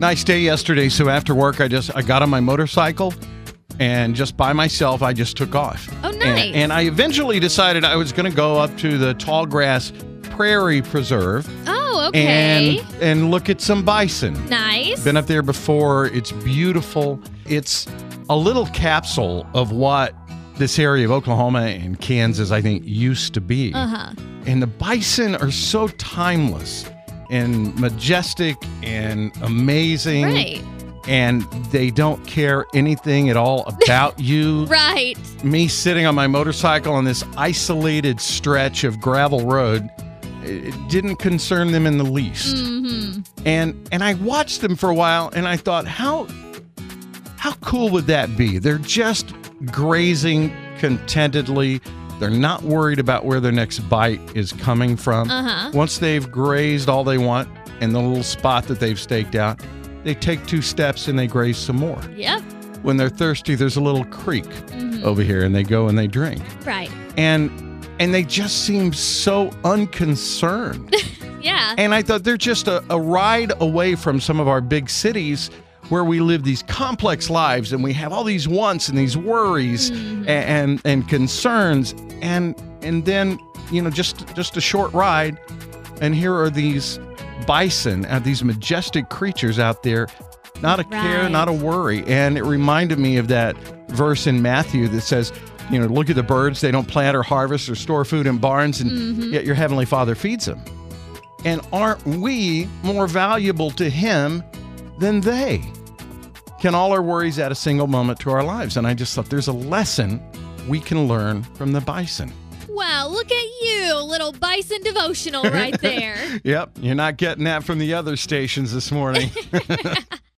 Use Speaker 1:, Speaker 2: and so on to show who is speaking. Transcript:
Speaker 1: nice day yesterday, so after work, I just I got on my motorcycle, and just by myself, I just took off.
Speaker 2: Oh,
Speaker 1: And-
Speaker 2: nice.
Speaker 1: And, I eventually decided I was going to go up to the Tallgrass Prairie Preserve
Speaker 2: Oh, okay.
Speaker 1: and and look at some bison.
Speaker 2: nice.
Speaker 1: Been up there before. It's beautiful. It's a little capsule of what this area of Oklahoma and Kansas, I think, used to be.
Speaker 2: uh huh.
Speaker 1: And the bison are so timeless and majestic and amazing.
Speaker 2: Right.
Speaker 1: And they don't care anything at all about you.
Speaker 2: Right.
Speaker 1: Me sitting on my motorcycle on this isolated stretch of gravel road it didn't concern them in the least
Speaker 2: hmm
Speaker 1: and and I watched them for a while and I thought how how cool would that be? They're just grazing contentedly. They're not worried about where their next bite is coming from.
Speaker 2: Uh-huh.
Speaker 1: Once they've grazed all they want in the little spot that they've staked out, they take two steps and they graze some more.
Speaker 2: Yep.
Speaker 1: When they're thirsty, there's a little creek
Speaker 2: hmm
Speaker 1: over here and they go and they drink.
Speaker 2: Right.
Speaker 1: And and they just seem so unconcerned.
Speaker 2: Yeah.
Speaker 1: And I thought they're just a, a ride away from some of our big cities where we live these complex lives and we have all these wants and these worries a- and, and concerns and and then you know just just a short ride and here are these bison uh, these majestic creatures out there not a care
Speaker 2: Right.
Speaker 1: not a worry and it reminded me of that verse in Matthew that says you know look at the birds they don't plant or harvest or store food in barns and yet your heavenly father feeds them and aren't we more valuable to Him than they? Can all our worries add a single moment to our lives? And I just thought there's a lesson we can learn from the bison.
Speaker 2: Wow, look at you, little bison devotional right there.
Speaker 1: Yep, you're not getting that from the other stations this morning.